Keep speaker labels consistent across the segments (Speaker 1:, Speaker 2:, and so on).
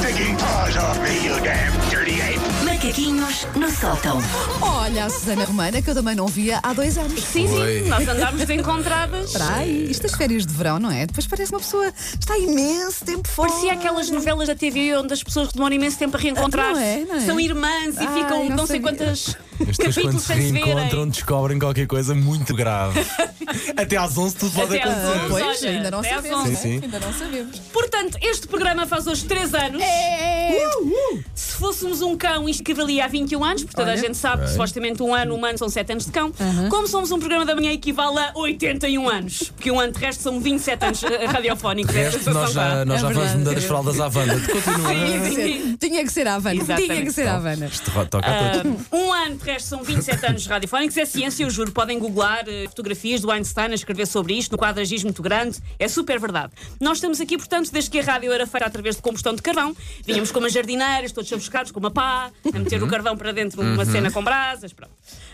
Speaker 1: taking paws off me, you damn dirty ape!
Speaker 2: Macaquinhos no sótão.
Speaker 3: Olha, a Susana Romana, que eu também não via há dois anos.
Speaker 4: Sim,
Speaker 5: Oi.
Speaker 4: sim, nós andámos de encontradas.
Speaker 3: Para aí, isto das férias de verão, não é? Depois parece uma pessoa que está imenso tempo fora.
Speaker 4: Parecia aquelas novelas da TV onde as pessoas demoram imenso tempo a reencontrar-se.
Speaker 3: Não é, não é?
Speaker 4: São irmãs e
Speaker 3: Ai,
Speaker 4: ficam
Speaker 3: não
Speaker 4: não sei
Speaker 3: sabia.
Speaker 4: quantas
Speaker 5: As pessoas quando
Speaker 4: capítulos
Speaker 5: se
Speaker 4: sem se
Speaker 5: reencontram
Speaker 4: verem.
Speaker 5: descobrem qualquer coisa muito grave. Até às 11 tudo pode
Speaker 4: Até às 11.
Speaker 5: acontecer.
Speaker 3: Ah, Pois,
Speaker 4: Olha,
Speaker 3: ainda não
Speaker 4: até às
Speaker 3: sabemos.
Speaker 4: onze.
Speaker 3: não é?
Speaker 5: Sim, sim.
Speaker 3: Ainda não sabemos.
Speaker 4: Portanto, este programa faz hoje 3 anos.
Speaker 3: É.
Speaker 4: Se fôssemos um cão, isto que valia há 21 anos, porque toda
Speaker 3: Olha.
Speaker 4: a gente sabe que supostamente um ano humano são 7 anos de cão. Como somos um programa da manhã equivale a 81 anos, porque um ano terrestre são 27 anos eh, radiofónicos.
Speaker 5: De resto,
Speaker 4: Esta
Speaker 5: nós
Speaker 4: sensação
Speaker 5: já, é.
Speaker 4: dá.
Speaker 5: nós
Speaker 3: É
Speaker 5: já vamos
Speaker 3: verdade.
Speaker 5: mudando as fraldas à Wanda. Continua.
Speaker 4: Sim, sim, sim.
Speaker 3: Tinha que ser a Havana. Tinha
Speaker 4: Exatamente.
Speaker 3: que ser a Havana.
Speaker 5: Isto ro- toca a todos.
Speaker 4: Um ano de resto são 27 anos de radiofónicos, é ciência, eu juro. Podem googlar eh, fotografias do Einstein a escrever sobre isto, no quadragismo muito grande, é super verdade. Nós estamos aqui, portanto, desde que a rádio era feita através de combustão de carvão, vinhamos com umas jardineiras, todos chamuscados, com uma pá, a meter o carvão para dentro numa cena com brasas, pronto.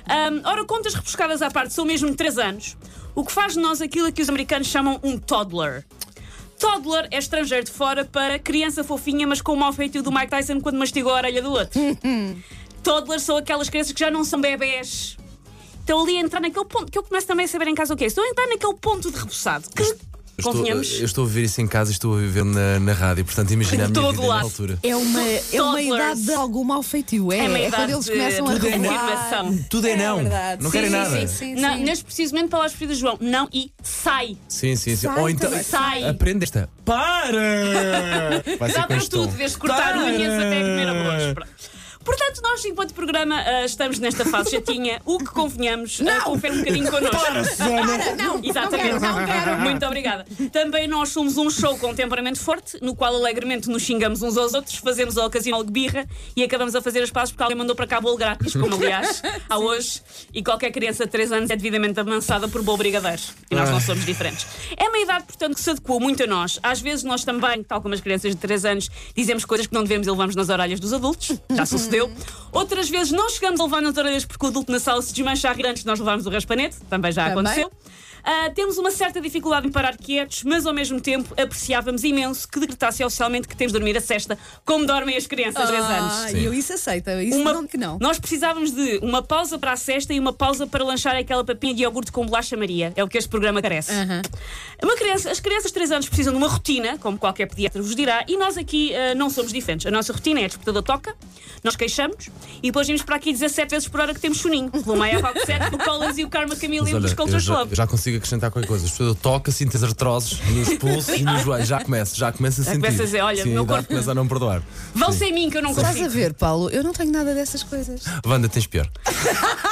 Speaker 4: Ahm, ora, contas repuscadas à parte, são mesmo 3 anos, o que faz de nós aquilo que os americanos chamam um toddler. Toddler é estrangeiro de fora para criança fofinha, mas com o mau feitio do Mike Tyson quando mastigou a orelha do outro. Toddlers são aquelas crianças que já não são bebés. Estão ali a entrar naquele ponto, que eu começo também a saber em casa o que é. Estão a entrar naquele ponto de rebuçado. Que,
Speaker 5: Eu estou,
Speaker 4: convenhamos,
Speaker 3: é
Speaker 5: eu estou a viver isso em casa e estou a viver na, na rádio. Portanto, imagina a
Speaker 4: Em
Speaker 5: minha
Speaker 4: todo
Speaker 5: vida na
Speaker 4: lado.
Speaker 5: altura.
Speaker 3: É uma, é uma
Speaker 4: Toddlers.
Speaker 3: idade de algum mau feitio. É,
Speaker 4: é uma
Speaker 3: é,
Speaker 4: idade
Speaker 3: quando eles
Speaker 4: de-
Speaker 3: começam a
Speaker 4: de
Speaker 3: recuar.
Speaker 4: afirmação.
Speaker 5: Tudo é, não.
Speaker 3: é verdade.
Speaker 5: Não
Speaker 3: Sim,
Speaker 5: querem
Speaker 3: sim, sim,
Speaker 5: nada.
Speaker 3: sim.
Speaker 4: Não, Neste precisamente palavras preferidas, João. Não e sai.
Speaker 5: Sim, sim, sim.
Speaker 3: Sai
Speaker 5: Ou então.
Speaker 3: também.
Speaker 4: Sai.
Speaker 5: Aprende esta. Para! Vai
Speaker 4: Dá
Speaker 5: com
Speaker 4: para
Speaker 5: este tom.
Speaker 4: tudo, desde cortar
Speaker 5: Para!
Speaker 4: unhas até comer arroz. Pronto. Portanto, nós, enquanto programa, ah, estamos nesta fase chatinha. O que convenhamos, ah, confere um bocadinho connosco.
Speaker 3: Não,
Speaker 4: Exatamente.
Speaker 3: não quero, não quero.
Speaker 4: Muito obrigada. Também nós somos um show com temperamento forte, no qual alegremente nos xingamos uns aos outros, fazemos a ocasional birra e acabamos a fazer as pazes porque alguém mandou para cá bolo grátis, como aliás há hoje, e qualquer criança de 3 anos é devidamente amansada por bolo brigadeiro. E nós não somos diferentes. É uma idade, portanto, que se adequou muito a nós. Às vezes nós também, tal como as crianças de 3 anos, dizemos coisas que não devemos e levamos nas orelhas dos adultos. Já
Speaker 3: Uhum.
Speaker 4: sucedeu. Outras vezes não chegamos a levar nas orelhas porque o adulto na sala se desmancha a rir antes de nós levarmos o raspanete. Também já
Speaker 3: Também.
Speaker 4: aconteceu. Ah, temos uma certa dificuldade em parar quietos, mas ao mesmo tempo apreciávamos imenso que decretasse oficialmente que temos de dormir a cesta, como dormem as crianças de 3 anos.
Speaker 3: Ah, eu isso aceito. Isso
Speaker 4: Uma-
Speaker 3: não que não.
Speaker 4: Nós precisávamos de uma pausa para a cesta e uma pausa para lanchar aquela papinha de iogurte com bolacha Maria. É o que este programa carece. Uma criança- as crianças de 3 anos precisam de uma rotina, como qualquer pediatra vos dirá, e nós aqui ah, não somos diferentes. A nossa rotina é a despertador toca, nós queixamos e depois vimos para aqui 17 vezes por hora que temos soninho. Pelo Maia Rock 7, do Collins e o Karma
Speaker 5: Mas
Speaker 4: Chameleon
Speaker 5: olha,
Speaker 4: dos
Speaker 5: eu
Speaker 4: Culture
Speaker 5: já,
Speaker 4: Club.
Speaker 5: já consigo acrescentar qualquer coisa. As pessoas tocam, sinto as artroses nos pulsos e nos joelhos. Já começo, já começo a sentir.
Speaker 4: começo a dizer, olha,
Speaker 5: Sim,
Speaker 4: meu
Speaker 5: a idade
Speaker 4: corpo-
Speaker 5: começa a não perdoar.
Speaker 4: Vão
Speaker 5: Sim.
Speaker 4: sem mim que eu não
Speaker 3: Estás
Speaker 4: consigo.
Speaker 3: a ver, Paulo? Eu não tenho nada dessas coisas.
Speaker 5: Wanda, tens pior.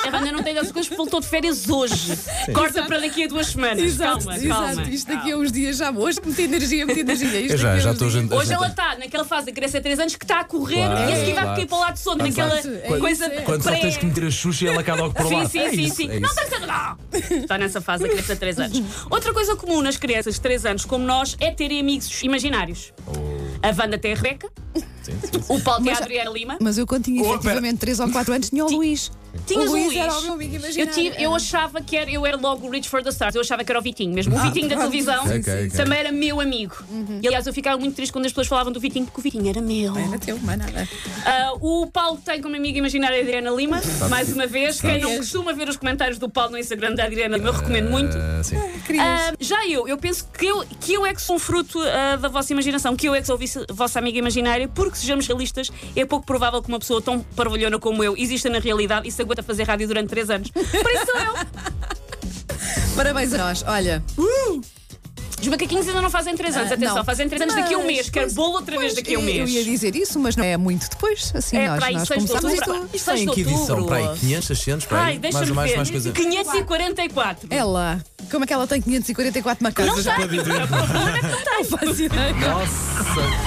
Speaker 4: A Wanda não tem dessas coisas porque voltou de férias hoje. Corta para daqui a duas semanas. calma, calma.
Speaker 3: Isto daqui
Speaker 5: é
Speaker 3: a uns dias já. Hoje meti energia, meti energia. Isto
Speaker 5: Eu já,
Speaker 3: daqui a
Speaker 5: já
Speaker 3: uns
Speaker 5: estou a
Speaker 3: dias.
Speaker 5: gente.
Speaker 4: Hoje ela está naquela fase da criança de 3 anos que está a correr
Speaker 5: Claro,
Speaker 4: e a seguir vai
Speaker 5: claro.
Speaker 4: cair para o lado de sono,
Speaker 5: Claro,
Speaker 4: naquela
Speaker 5: claro.
Speaker 3: Quando-
Speaker 4: coisa
Speaker 5: Quando só
Speaker 4: pré-
Speaker 5: tens que É meter a Xuxa e ela cai logo para lá.
Speaker 4: Sim, sim, sim, sim. não tem que ser- não! Está nessa fase a criança de 3 anos. Outra coisa comum nas crianças de 3 anos, como nós, é terem amigos imaginários.
Speaker 5: Oh.
Speaker 4: A Wanda tem a Rebeca, o Paulo tem a Adriana Lima.
Speaker 3: Mas eu quando tinha
Speaker 5: Oh,
Speaker 3: efetivamente 3 ou 4 anos tinha o Luís.
Speaker 4: Tinhas
Speaker 3: o
Speaker 4: o
Speaker 3: Luís,
Speaker 4: Luís.
Speaker 3: era o meu amigo imaginário.
Speaker 4: Eu, tive- eu achava que era, eu era logo o Reach for the Stars, eu achava que era o Vitinho mesmo.
Speaker 5: Ah,
Speaker 4: O Vitinho da
Speaker 3: pronto.
Speaker 4: televisão
Speaker 5: Sim, sim, sim.
Speaker 4: também era meu amigo. E aliás, eu ficava muito triste quando as pessoas falavam do Vitinho, porque o Vitinho era meu.
Speaker 3: Era teu, mas nada.
Speaker 4: Ah, o Paulo tem como amiga imaginária a Adriana Lima, mais uma vez. Quem não costuma ver os comentários do Paulo no Instagram da Adriana Lima, eu recomendo muito.
Speaker 5: Ah, sim.
Speaker 3: Querias.
Speaker 4: Ah, já eu, eu penso que eu, que eu é que sou um fruto ah, da vossa imaginação, que eu é que sou vice- vossa amiga imaginária, porque sejamos realistas, é pouco provável que uma pessoa tão parvalhona como eu exista na realidade e se aguenta fazer rádio durante 3 anos. Por isso sou eu!
Speaker 3: Parabéns a nós. Olha,
Speaker 4: Os macaquinhos ainda não fazem 3 anos,
Speaker 3: Ah,
Speaker 4: atenção,
Speaker 3: não.
Speaker 4: fazem 3 anos daqui a um mês, quero
Speaker 3: pois-
Speaker 4: bolo outra
Speaker 3: pois,
Speaker 4: vez
Speaker 3: é,
Speaker 4: daqui a
Speaker 3: eu-
Speaker 4: um
Speaker 3: Eu
Speaker 4: mês.
Speaker 3: ia dizer isso, mas não é muito depois. Assim,
Speaker 4: É
Speaker 3: nós,
Speaker 4: para aí
Speaker 3: nós
Speaker 4: 6 de
Speaker 3: começámos
Speaker 4: outubro.
Speaker 3: isto.
Speaker 4: Isto
Speaker 5: Tem
Speaker 4: faz
Speaker 5: em que
Speaker 4: de
Speaker 5: edição?
Speaker 4: outubro.
Speaker 5: Para aí, 500, 600? Para
Speaker 4: Ai,
Speaker 5: aí? Mais,
Speaker 4: deixa-me
Speaker 5: mais,
Speaker 4: ver.
Speaker 5: mais coisa.
Speaker 4: 544.
Speaker 3: Ela, como é que ela tem 544 macacos?
Speaker 4: Não sei.
Speaker 3: Não faz ideia.
Speaker 5: Nossa!